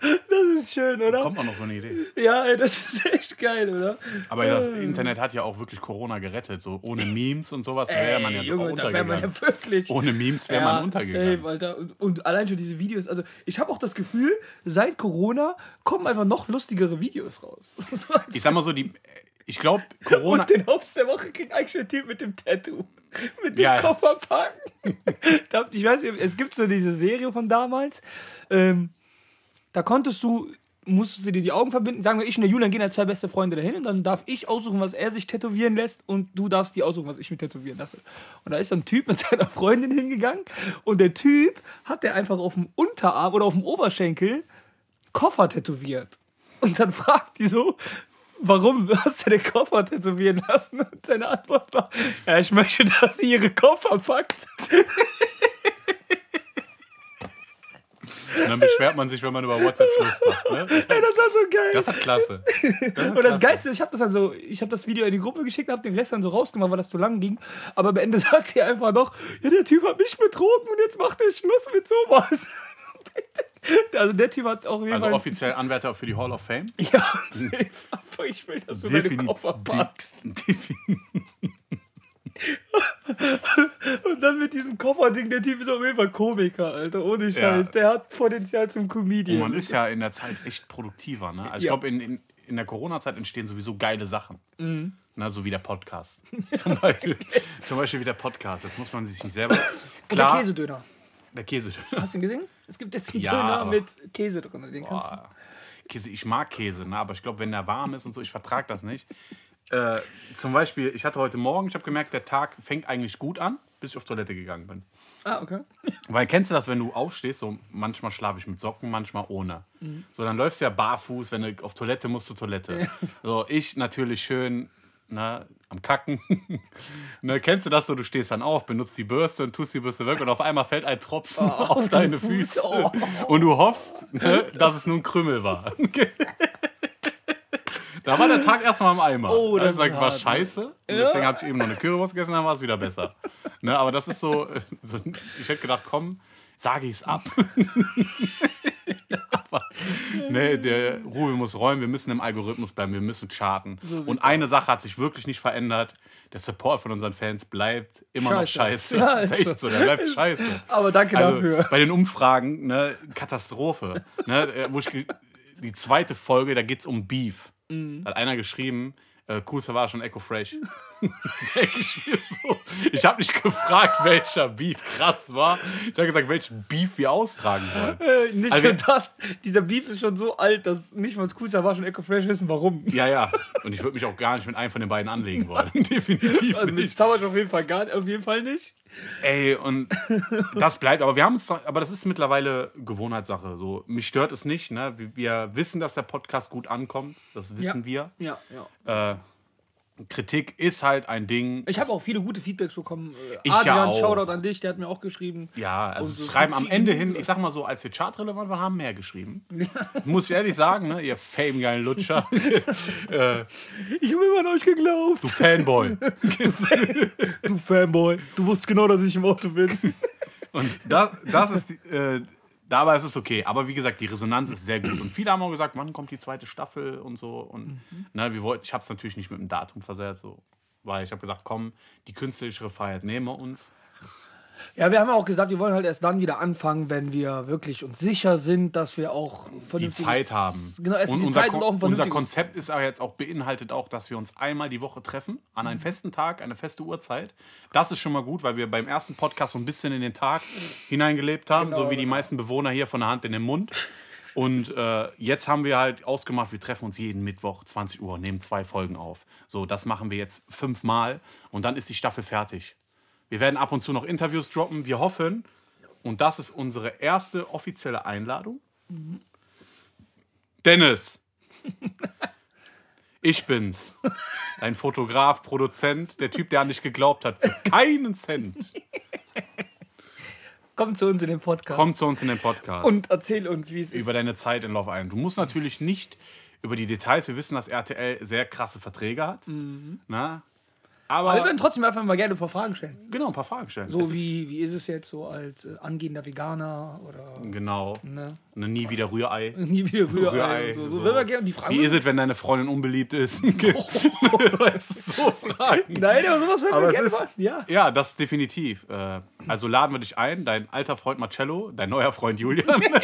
Speaker 1: Das ist schön, oder?
Speaker 2: kommt man noch so eine Idee.
Speaker 1: Ja, ey, das ist echt geil, oder?
Speaker 2: Aber das
Speaker 1: Äh.
Speaker 2: Internet hat ja auch wirklich Corona gerettet. So ohne Memes und sowas wäre man ja
Speaker 1: Ey,
Speaker 2: auch
Speaker 1: Junge, da wäre man
Speaker 2: untergegangen.
Speaker 1: ja wirklich.
Speaker 2: Ohne Memes wäre man untergegangen.
Speaker 1: Safe, Alter. Und, und allein schon diese Videos. Also, ich habe auch das Gefühl, seit Corona kommen einfach noch lustigere Videos raus. So als-
Speaker 2: ich sag mal so, die, ich glaube, Corona.
Speaker 3: Und den Hops der Woche kriegt eigentlich der Typ mit dem Tattoo. Mit dem
Speaker 2: Ja, ja.
Speaker 3: Koffer packen.
Speaker 1: Da- Ich weiß, nicht, es gibt so diese Serie von damals. Ähm, da konntest du, musstest du dir die Augen verbinden. Sagen wir, ich und der Julian gehen als zwei beste Freunde dahin und dann darf ich aussuchen, was er sich tätowieren lässt und du darfst dir aussuchen, was ich mir tätowieren lasse. Und da ist so ein Typ mit seiner Freundin hingegangen und der Typ hat der einfach auf dem Unterarm oder auf dem Oberschenkel Koffer tätowiert. Und dann fragt die so, warum hast du den Koffer tätowieren lassen? Und seine Antwort war, ja, ich möchte, dass sie ihre Koffer packt.
Speaker 2: Und dann beschwert man sich, wenn man über WhatsApp Schluss macht. Ne?
Speaker 1: Ey, das war so geil.
Speaker 2: Das hat Klasse.
Speaker 1: und das
Speaker 2: klasse.
Speaker 1: Geilste, ich habe das dann so, ich habe das Video in die Gruppe geschickt, habe den Rest dann so rausgemacht, weil das zu lang ging. Aber am Ende sagt sie einfach noch, ja, der Typ hat mich betrogen und jetzt macht er Schluss mit sowas. also der Typ hat auch jeden
Speaker 2: Also
Speaker 1: Fall-
Speaker 2: offiziell Anwärter für die Hall of Fame.
Speaker 1: ja, safe. Aber ich will, dass du deine
Speaker 2: Defini-
Speaker 1: Koffer
Speaker 2: die-
Speaker 1: packst.
Speaker 2: definitiv.
Speaker 1: Und dann mit diesem Kofferding, der Typ ist auf jeden Fall Komiker, Alter, ohne Scheiß. Der hat Potenzial zum
Speaker 2: Und
Speaker 1: Comedian.
Speaker 2: man Oh ist ja in der Zeit echt produktiver. Ne? Also ich
Speaker 1: Ja.
Speaker 2: glaube, in, in, in der Corona-Zeit entstehen sowieso geile Sachen. Na, so wie der Podcast. Zum Beispiel, zum Beispiel wie der Podcast. Das muss man sich nicht selber. Klar,
Speaker 1: Der Käsedöner.
Speaker 2: Der Käse.
Speaker 1: Hast du ihn gesehen? Es gibt jetzt einen
Speaker 2: Ja,
Speaker 1: Döner
Speaker 2: aber-
Speaker 1: mit Käse drin. Den kannst du
Speaker 2: Boah. Käse, ich mag Käse, ne? aber ich glaube, wenn der warm ist und so, ich vertrage das nicht. Äh, zum Beispiel, ich hatte heute Morgen, ich habe gemerkt, der Tag fängt eigentlich gut an, bis ich auf Toilette gegangen bin.
Speaker 3: Ah, okay.
Speaker 2: Weil kennst du das, wenn du aufstehst, so manchmal schlafe ich mit Socken, manchmal ohne. So, dann läufst du ja barfuß, wenn du auf Toilette musst zur Toilette. So, ich natürlich schön ne, am Kacken. ne, kennst du das so, du stehst dann auf, benutzt die Bürste und tust die Bürste weg und auf einmal fällt ein Tropfen auf deine Füße. Und du hoffst, ne, dass es nur ein Krümmel war. Da war der Tag erstmal im Eimer.
Speaker 1: Oh,
Speaker 2: da
Speaker 1: das
Speaker 2: hab ich
Speaker 1: ist
Speaker 2: gesagt, war
Speaker 1: hart,
Speaker 2: scheiße. Und deswegen habe ich eben noch eine Currywurst gegessen, dann war es wieder besser. ne, aber das ist so, so, ich hätte gedacht, komm, sage ich es ab. aber, ne, der Ruhe muss räumen, wir müssen im Algorithmus bleiben, wir müssen charten. Und eine Sache hat sich wirklich nicht verändert. Der Support von unseren Fans bleibt immer noch
Speaker 1: Scheiße.
Speaker 2: scheiße.
Speaker 1: Ja,
Speaker 2: das ist
Speaker 1: ist so.
Speaker 2: echt so, der bleibt scheiße.
Speaker 1: Aber danke
Speaker 2: Also,
Speaker 1: dafür.
Speaker 2: Bei den Umfragen, ne, Katastrophe. ne, äh, wo ich ge- die zweite Folge, da geht es um Beef.
Speaker 1: Mhm.
Speaker 2: Da hat einer geschrieben, äh, cool Savage und Echo Fresh. Denk ich mir so. Ich habe nicht gefragt, welcher Beef krass war. Ich habe gesagt, welchen Beef wir austragen wollen.
Speaker 1: Äh, nicht
Speaker 2: Also
Speaker 1: nur
Speaker 2: wir-
Speaker 1: das. Dieser Beef ist schon so alt, dass nicht mal Scooter war schon Echo Fresh wissen, warum.
Speaker 2: Ja, ja. Und ich würde mich auch gar nicht mit einem von den beiden anlegen wollen. Definitiv
Speaker 1: Also mit
Speaker 2: nicht.
Speaker 1: Savage auf jeden Fall gar nicht, auf jeden Fall nicht.
Speaker 2: Ey, und das bleibt, aber wir haben uns doch, aber das ist mittlerweile Gewohnheitssache. So, mich stört es nicht, ne? Wir, wir wissen, dass der Podcast gut ankommt. Das wissen
Speaker 3: Ja, ja.
Speaker 2: wir. Äh, Kritik ist halt ein Ding.
Speaker 3: Ich habe auch viele gute Feedbacks bekommen. Äh,
Speaker 2: Ich ja
Speaker 3: Adrian,
Speaker 2: auch.
Speaker 3: Shoutout an dich, der hat mir auch geschrieben.
Speaker 2: ja, also
Speaker 3: Und so
Speaker 2: schreiben am
Speaker 3: Kritiken-
Speaker 2: Ende hin, ich sag mal so, als wir chartrelevant waren, haben mehr geschrieben. Muss ich ehrlich sagen, ne? Ihr famegeilen Lutscher. äh,
Speaker 1: Ich habe immer an euch geglaubt.
Speaker 2: du Fanboy.
Speaker 1: Du Fanboy. Du wusstest genau, dass ich im Auto bin.
Speaker 2: Und das, das ist, die- äh, dabei ist es okay. Aber wie gesagt, die Resonanz ist sehr gut. Und viele haben auch gesagt, wann kommt die zweite Staffel und so. Und ne, wir wollten, ich habe es natürlich nicht mit dem Datum versehrt, so. Weil ich habe gesagt, komm, die künstlerische Freiheit nehmen wir uns.
Speaker 3: Ja, wir haben ja auch gesagt, wir wollen halt erst dann wieder anfangen, wenn wir wirklich uns sicher sind, dass wir auch
Speaker 2: Die
Speaker 3: vernünftiges-
Speaker 2: Zeit haben.
Speaker 3: Genau, erst
Speaker 2: und
Speaker 3: die
Speaker 2: unser,
Speaker 3: Zeit und auch ein
Speaker 2: Kon- unser
Speaker 3: vernünftiges.
Speaker 2: Konzept ist aber jetzt auch beinhaltet auch, dass wir uns einmal die Woche treffen, an
Speaker 3: Mhm.
Speaker 2: einem festen Tag, eine feste Uhrzeit. Das ist schon mal gut, weil wir beim ersten Podcast so ein bisschen in den Tag hineingelebt haben,
Speaker 3: Genau,
Speaker 2: so wie die meisten Bewohner hier von der Hand in den Mund. Und äh, jetzt haben wir halt ausgemacht, wir treffen uns jeden Mittwoch 20 Uhr, nehmen zwei Folgen auf. So, das machen wir jetzt fünfmal und dann ist die Staffel fertig. Wir werden ab und zu noch Interviews droppen. Wir hoffen, und das ist unsere erste offizielle Einladung. Dennis, ich bin's. Dein Fotograf, Produzent, der Typ, der an dich geglaubt hat. Für keinen Cent.
Speaker 1: Komm zu uns in den Podcast.
Speaker 2: Komm zu uns in den Podcast.
Speaker 1: Und erzähl uns, wie es ist.
Speaker 2: über deine Zeit in Love Island. Du musst natürlich nicht über die Details, wir wissen, dass RTL sehr krasse Verträge hat.
Speaker 3: Mhm.
Speaker 2: Na? Aber,
Speaker 3: Aber wir werden trotzdem einfach mal gerne ein paar Fragen stellen.
Speaker 2: genau, ein paar Fragen stellen. Es
Speaker 3: So
Speaker 2: ist-
Speaker 3: wie, wie ist es jetzt so als äh, angehender Veganer oder
Speaker 2: Genau.
Speaker 3: ne?
Speaker 2: Ne, nie wieder Rührei.
Speaker 3: nie wieder Rührei,
Speaker 2: Rührei,
Speaker 3: und so.
Speaker 2: so.
Speaker 3: so. Wenn wir gerne die Fragen.
Speaker 2: Wie ist es, wenn deine Freundin unbeliebt ist? weißt du, so Fragen.
Speaker 1: Nein, aber sowas würden wir
Speaker 2: Aber es
Speaker 1: gerne
Speaker 2: ist-
Speaker 1: machen. Ja.
Speaker 2: Ja, das definitiv. Äh, Also laden wir dich ein, dein alter Freund Marcello, dein neuer Freund Julian.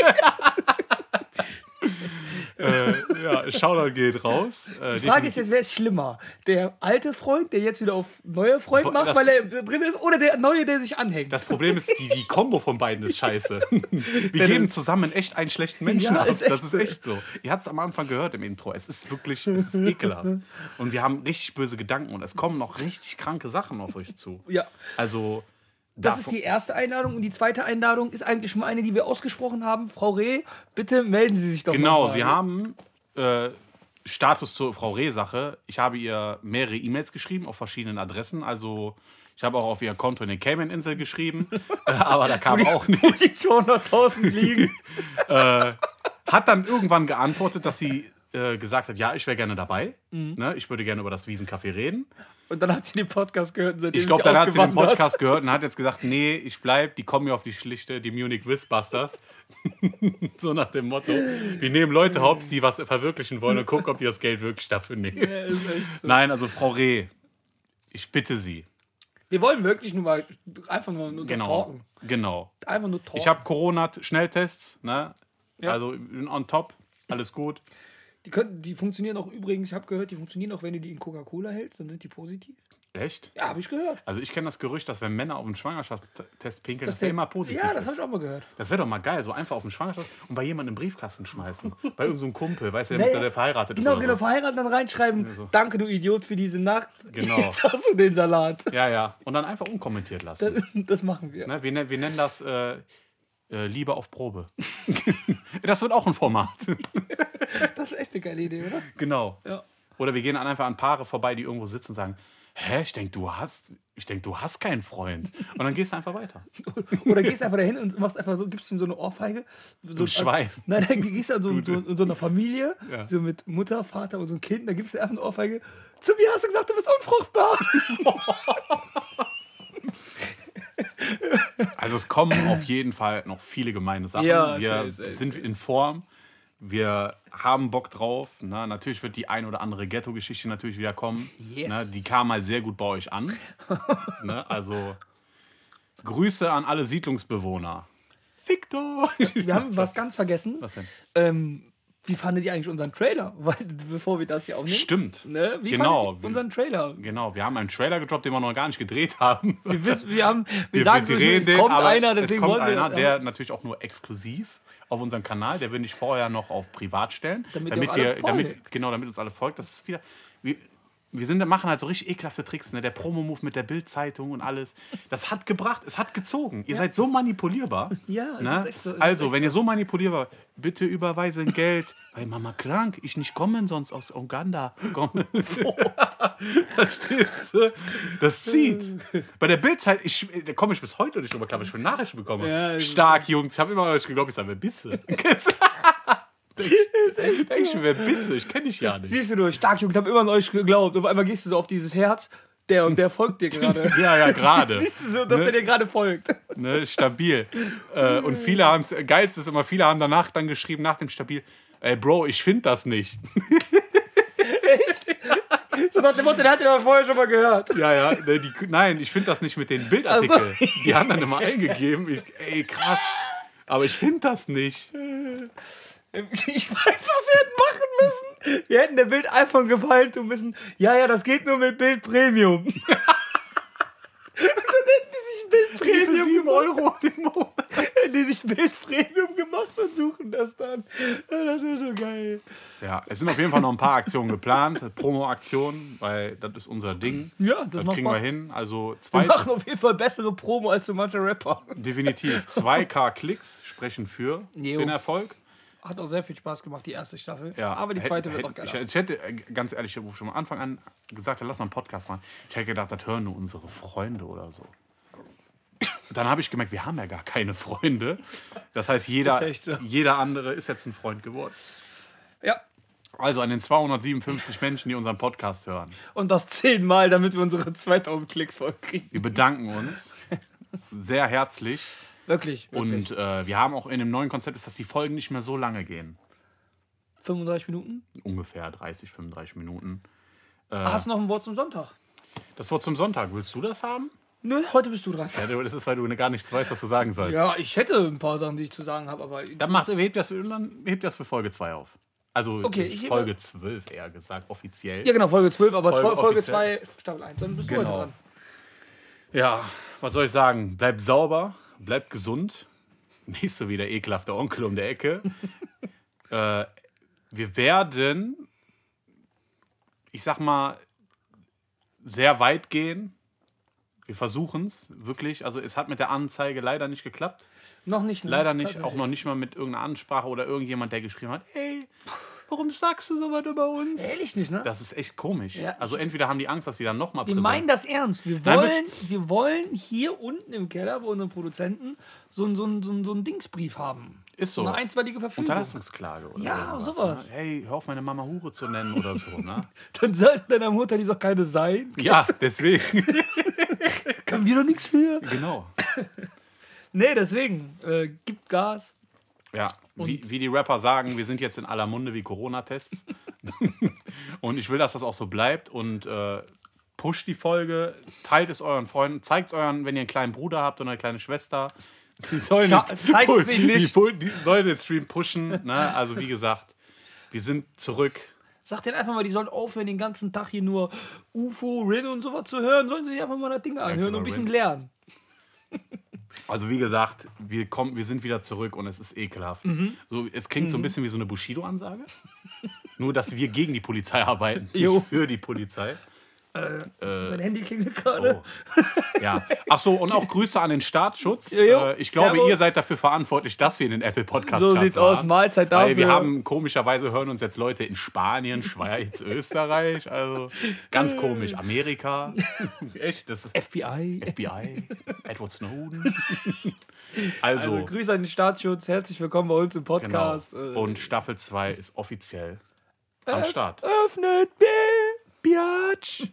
Speaker 2: äh, ja, Ja, Shoutout geht raus. Äh,
Speaker 1: Die Frage ist jetzt, wer ist schlimmer? Der alte Freund, der jetzt wieder auf neue Freund
Speaker 2: Bo-
Speaker 1: macht,
Speaker 2: das-
Speaker 1: weil er drin ist, oder der neue, der sich anhängt?
Speaker 2: Das Problem ist, die, die Kombo von beiden ist scheiße. Wir geben zusammen echt einen schlechten Menschen
Speaker 1: Ja,
Speaker 2: ab.
Speaker 1: ist echt
Speaker 2: das ist echt so. Ihr habt es am Anfang gehört im Intro. Es ist wirklich, es ist ekelhaft. Und wir haben richtig böse Gedanken und es kommen noch richtig kranke Sachen auf euch zu.
Speaker 1: ja.
Speaker 2: Also,
Speaker 1: Das ist
Speaker 2: davon-
Speaker 1: die erste Einladung und die zweite Einladung ist eigentlich schon mal eine, die wir ausgesprochen haben. Frau Reh, bitte melden Sie sich doch
Speaker 2: Genau,
Speaker 1: mal.
Speaker 2: sie haben äh, Status zur Frau Reh-Sache. Ich habe ihr mehrere E-Mails geschrieben auf verschiedenen Adressen. Also ich habe auch auf ihr Konto in den Cayman-Insel geschrieben, äh, aber da kam auch nicht.
Speaker 1: Wo die 200.000 liegen.
Speaker 2: Hat dann irgendwann geantwortet, dass sie äh, gesagt hat, ja, ich wäre gerne dabei. Ne, ich würde gerne über das Wiesencafé reden.
Speaker 1: Und dann hat sie den Podcast gehört. und seitdem
Speaker 2: Ich
Speaker 1: ist
Speaker 2: glaube, dann hat sie den
Speaker 1: ausgewandert.
Speaker 2: Podcast gehört und hat jetzt gesagt, nee, ich bleib, die kommen mir auf die Schlichte, die Munich Whizbusters. so nach dem Motto, wir nehmen Leute hops, die was verwirklichen wollen und gucken, ob die das Geld wirklich dafür nehmen.
Speaker 1: Ja, ist echt so.
Speaker 2: Nein, also Frau Reh, ich bitte Sie.
Speaker 1: Wir wollen wirklich nur mal einfach nur, nur
Speaker 2: Genau.
Speaker 1: talken.
Speaker 2: Genau.
Speaker 1: Einfach nur talken.
Speaker 2: Ich habe Corona-Schnelltests, ne?
Speaker 1: Ja.
Speaker 2: Also bin on top, alles gut.
Speaker 1: die, könnten, die funktionieren auch übrigens, ich habe gehört, die funktionieren auch, wenn du die in Coca-Cola hältst, dann sind die positiv.
Speaker 2: Echt?
Speaker 1: Ja, habe ich gehört.
Speaker 2: Also ich kenne das Gerücht, dass wenn Männer auf einen Schwangerschaftstest pinkeln, dass
Speaker 1: der-
Speaker 2: der immer positiv
Speaker 1: Ja, das habe
Speaker 2: ist.
Speaker 1: ich auch mal gehört.
Speaker 2: Das wäre doch mal geil, so einfach auf den Schwangerschaft und bei jemandem im Briefkasten schmeißen. bei irgendeinem Kumpel, weißt du, der,
Speaker 1: Nee,
Speaker 2: der verheiratet
Speaker 1: Genau,
Speaker 2: ist.
Speaker 1: genau,
Speaker 2: Oder so.
Speaker 1: verheiratet, dann reinschreiben.
Speaker 2: so.
Speaker 1: Danke, du Idiot, für diese Nacht.
Speaker 2: Genau.
Speaker 1: Jetzt hast du den Salat.
Speaker 2: Ja, ja. Und dann einfach unkommentiert lassen.
Speaker 1: Das, das machen wir.
Speaker 2: Ne? Wir, nen- wir nennen das äh, äh, Liebe auf Probe. das wird auch ein Format.
Speaker 1: Das ist echt eine geile Idee, oder?
Speaker 2: Genau.
Speaker 1: Ja.
Speaker 2: Oder wir gehen an- einfach an Paare vorbei, die irgendwo sitzen und sagen, hä, ich denke, du hast, ich denk, du hast keinen Freund. Und dann gehst du einfach weiter.
Speaker 1: Oder gehst einfach dahin und machst einfach so, gibst ihm so eine Ohrfeige. So
Speaker 2: Du Schwein.
Speaker 1: Nein, dann gehst du an so, so, in so einer Familie,
Speaker 2: Ja.
Speaker 1: so mit Mutter, Vater und so ein Kind, da gibst du einfach eine Ohrfeige. Zu mir hast du gesagt, du bist unfruchtbar.
Speaker 2: Also es kommen auf jeden Fall noch viele gemeine Sachen.
Speaker 1: Ja,
Speaker 2: wir
Speaker 1: safe, safe,
Speaker 2: sind in Form. Wir haben Bock drauf. Na, natürlich wird die ein oder andere Ghetto-Geschichte natürlich wieder kommen.
Speaker 1: Yes.
Speaker 2: Na, die kam mal sehr gut bei euch an. ne, also Grüße an alle Siedlungsbewohner. Victor!
Speaker 1: Wir haben was ganz vergessen.
Speaker 2: Was denn?
Speaker 1: Ähm, wie fandet ihr eigentlich unseren Trailer? Weil, bevor wir das hier aufnehmen.
Speaker 2: Stimmt.
Speaker 1: Ne? Wie
Speaker 2: Genau.
Speaker 1: fandet ihr unseren Trailer?
Speaker 2: Genau, wir haben einen Trailer gedroppt, den wir noch gar nicht gedreht haben.
Speaker 1: Wir wissen, wir haben, wir,
Speaker 2: Wir,
Speaker 1: sagen
Speaker 2: wir
Speaker 1: so,
Speaker 2: drehen
Speaker 1: es
Speaker 2: den,
Speaker 1: kommt
Speaker 2: aber
Speaker 1: einer,
Speaker 2: es
Speaker 1: deswegen
Speaker 2: kommt
Speaker 1: wollen wir.
Speaker 2: einer, der natürlich auch nur exklusiv auf unserem Kanal, der will nicht vorher noch auf privat stellen,
Speaker 1: Damit
Speaker 2: damit,
Speaker 1: ihr auch alle
Speaker 2: wir, damit
Speaker 1: folgt.
Speaker 2: genau, damit uns alle folgt. Das ist wieder, wir, wir sind, machen halt so richtig ekelhafte Tricks, ne? Der Promo-Move mit der Bildzeitung und alles. Das hat gebracht, es hat gezogen. Ihr seid so manipulierbar.
Speaker 1: Ja, es
Speaker 2: ne?
Speaker 1: ist echt so, es ist
Speaker 2: also,
Speaker 1: echt
Speaker 2: wenn ihr so manipulierbar, bitte überweisen Geld, weil Mama krank, ich nicht kommen sonst aus Uganda. Komme. Verstehst du? Das zieht. Bei der Bildzeit, ich, da komme ich bis heute nicht drüber klar, weil ich für Nachrichten bekomme.
Speaker 1: Ja, es-
Speaker 2: Stark, Jungs. Ich habe immer euch geglaubt, ich sage, wer bist du? ich, wer bist du? Ich kenne dich ja nicht.
Speaker 1: Siehst du, du stark, Jungs, hab immer an euch geglaubt. Auf einmal gehst du so auf dieses Herz, der und der folgt dir gerade.
Speaker 2: Ja, ja, gerade.
Speaker 1: Siehst du so, dass
Speaker 2: Ne?
Speaker 1: der dir gerade folgt?
Speaker 2: Ne, stabil. äh, und viele haben es, geilste ist immer, viele haben danach dann geschrieben, nach dem Stabil, ey Bro, ich finde das nicht.
Speaker 1: So nach dem Motto, der hat den aber vorher schon mal gehört.
Speaker 2: Ja, ja, ne, die, nein, ich finde das nicht mit den Bildartikeln. Die haben dann immer eingegeben, ich, ey krass, aber ich finde das nicht.
Speaker 1: Ich weiß, was wir hätten machen müssen. Wir hätten der Bild iPhone gefallen tun müssen. Ja, ja, das geht nur mit Bild Premium. Und dann hätten die sich Bild Premium
Speaker 2: Euro im Monat.
Speaker 1: Hätten die sich Bild Premium gemacht und suchen das dann. Ja, Das ist so geil.
Speaker 2: Ja, es sind auf jeden Fall noch ein paar Aktionen geplant, Promo-Aktionen, weil das ist unser Ding.
Speaker 1: Ja, das
Speaker 2: das
Speaker 1: macht
Speaker 2: kriegen wir
Speaker 1: Bock.
Speaker 2: hin. Also zwei,
Speaker 1: Wir machen auf jeden Fall bessere Promo als so mancher Rapper.
Speaker 2: definitiv 2K Klicks sprechen für
Speaker 1: Jo.
Speaker 2: den Erfolg.
Speaker 1: Hat auch sehr viel Spaß gemacht, die erste Staffel.
Speaker 2: Ja,
Speaker 1: Aber die
Speaker 2: hätten-
Speaker 1: zweite wird
Speaker 2: hätten-
Speaker 1: noch geiler.
Speaker 2: Ich, ich hätte äh, ganz ehrlich wo ich schon am Anfang an gesagt, habe, lass mal einen Podcast machen. Ich hätte gedacht, das hören nur unsere Freunde oder so. Dann habe ich gemerkt, wir haben ja gar keine Freunde. Das heißt, jeder,
Speaker 1: Ist echt so.
Speaker 2: jeder andere ist jetzt ein Freund geworden.
Speaker 1: ja.
Speaker 2: Also an den 257 Menschen, die unseren Podcast hören.
Speaker 1: Und das zehnmal, damit wir unsere 2000 Klicks voll kriegen.
Speaker 2: Wir bedanken uns sehr herzlich.
Speaker 1: Wirklich.
Speaker 2: Und äh, wir haben auch in dem neuen Konzept, ist, dass die Folgen nicht mehr so lange gehen.
Speaker 1: 35 Minuten. Ah,
Speaker 2: Ungefähr 30, 35 Minuten. Äh.
Speaker 1: Hast du noch ein Wort zum Sonntag?
Speaker 2: Das Wort zum Sonntag. Willst du das haben?
Speaker 1: Nö, heute bist du dran.
Speaker 2: Ja, du- das ist, weil du gar nichts weißt, was du sagen sollst.
Speaker 1: Ja, ich hätte ein paar Sachen, die ich zu sagen habe, aber
Speaker 2: Dann macht, hebt, das, dann hebt das für Folge 2 auf. Also
Speaker 1: Okay,
Speaker 2: ich
Speaker 1: ich-
Speaker 2: Folge 12 eher gesagt, offiziell.
Speaker 1: Ja, genau, Folge 12, aber
Speaker 2: Folge
Speaker 1: Folge, Folge
Speaker 2: offiziell.
Speaker 1: 2, Staffel 1. Dann bist du
Speaker 2: Genau.
Speaker 1: heute dran.
Speaker 2: Ja, was soll ich sagen? Bleibt sauber, bleibt gesund. Nicht so wie der ekelhafte Onkel um der Ecke. äh, wir werden, ich sag mal, sehr weit gehen. Wir versuchen es wirklich. Also, es hat mit der Anzeige leider nicht geklappt.
Speaker 1: Noch nicht. ne?
Speaker 2: Leider nicht,
Speaker 1: Tatsächlich.
Speaker 2: auch noch nicht mal mit irgendeiner Ansprache oder irgendjemand, der geschrieben hat: Ey, warum sagst du so was über uns?
Speaker 1: Ehrlich nicht, ne?
Speaker 2: Das ist echt komisch.
Speaker 1: Ja,
Speaker 2: also, entweder haben die Angst, dass sie dann nochmal
Speaker 1: wir meinen das ernst. Wir
Speaker 2: Nein,
Speaker 1: wollen, wir wollen hier unten im Keller bei unseren Produzenten so einen so ein, so ein, so ein Dingsbrief haben.
Speaker 2: Ist so.
Speaker 1: Eine einstweilige Verfügung.
Speaker 2: Unterlassungsklage oder
Speaker 1: Ja,
Speaker 2: irgendwas,
Speaker 1: sowas.
Speaker 2: Ne? Hey, hör auf, meine Mama Hure zu nennen oder so, ne?
Speaker 4: Dann sollten deiner Mutter die doch keine sein.
Speaker 2: ja, deswegen.
Speaker 4: Können wir doch nichts für.
Speaker 2: genau.
Speaker 4: Nee, deswegen. Äh, gibt Gas.
Speaker 2: Ja, wie, wie die Rapper sagen, wir sind jetzt in aller Munde wie Corona-Tests. und ich will, dass das auch so bleibt und äh, pusht die Folge, teilt es euren Freunden, zeigt es euren, wenn ihr einen kleinen Bruder habt oder eine kleine Schwester. Sie sollen
Speaker 4: Ze- zeigt's sie
Speaker 2: die,
Speaker 4: nicht.
Speaker 2: pu- die sollen den Stream pushen. Ne? Also wie gesagt, wir sind zurück.
Speaker 1: Sag denen einfach mal, die sollen aufhören, den ganzen Tag hier nur UFO, Rin und sowas zu hören. Sollen sie sich einfach mal das Ding anhören
Speaker 2: genau,
Speaker 1: und ein bisschen
Speaker 2: Rin.
Speaker 1: lernen.
Speaker 2: Also wie gesagt, wir kommen, wir sind wieder zurück und es ist ekelhaft. So, es klingt
Speaker 4: Mhm.
Speaker 2: so ein bisschen wie so eine Bushido-Ansage. Nur, dass wir gegen die Polizei arbeiten, nicht
Speaker 4: Jo.
Speaker 2: für die Polizei.
Speaker 1: Mein Handy klingelt gerade.
Speaker 2: Äh, Oh. Ja. Ach so, und auch Grüße an den Staatsschutz.
Speaker 4: Jo, jo.
Speaker 2: Äh, Ich glaube,
Speaker 4: Servus.
Speaker 2: ihr seid dafür verantwortlich, dass wir in den Apple Podcast
Speaker 4: So
Speaker 2: Charts
Speaker 4: sieht's aus.
Speaker 2: waren.
Speaker 4: Mahlzeit
Speaker 2: Weil wir
Speaker 4: dafür.
Speaker 2: haben komischerweise hören uns jetzt Leute in Spanien, Schweiz, Österreich, also ganz komisch. Amerika. Echt, das
Speaker 4: FBI.
Speaker 2: FBI, Edward Snowden. Also,
Speaker 4: Also Grüße an den Staatsschutz. Herzlich willkommen bei uns im
Speaker 2: Genau.
Speaker 4: Podcast. Äh,
Speaker 2: Und Staffel
Speaker 1: Äh,
Speaker 2: 2 ist offiziell am Start.
Speaker 4: Öffnet mir, Biatch.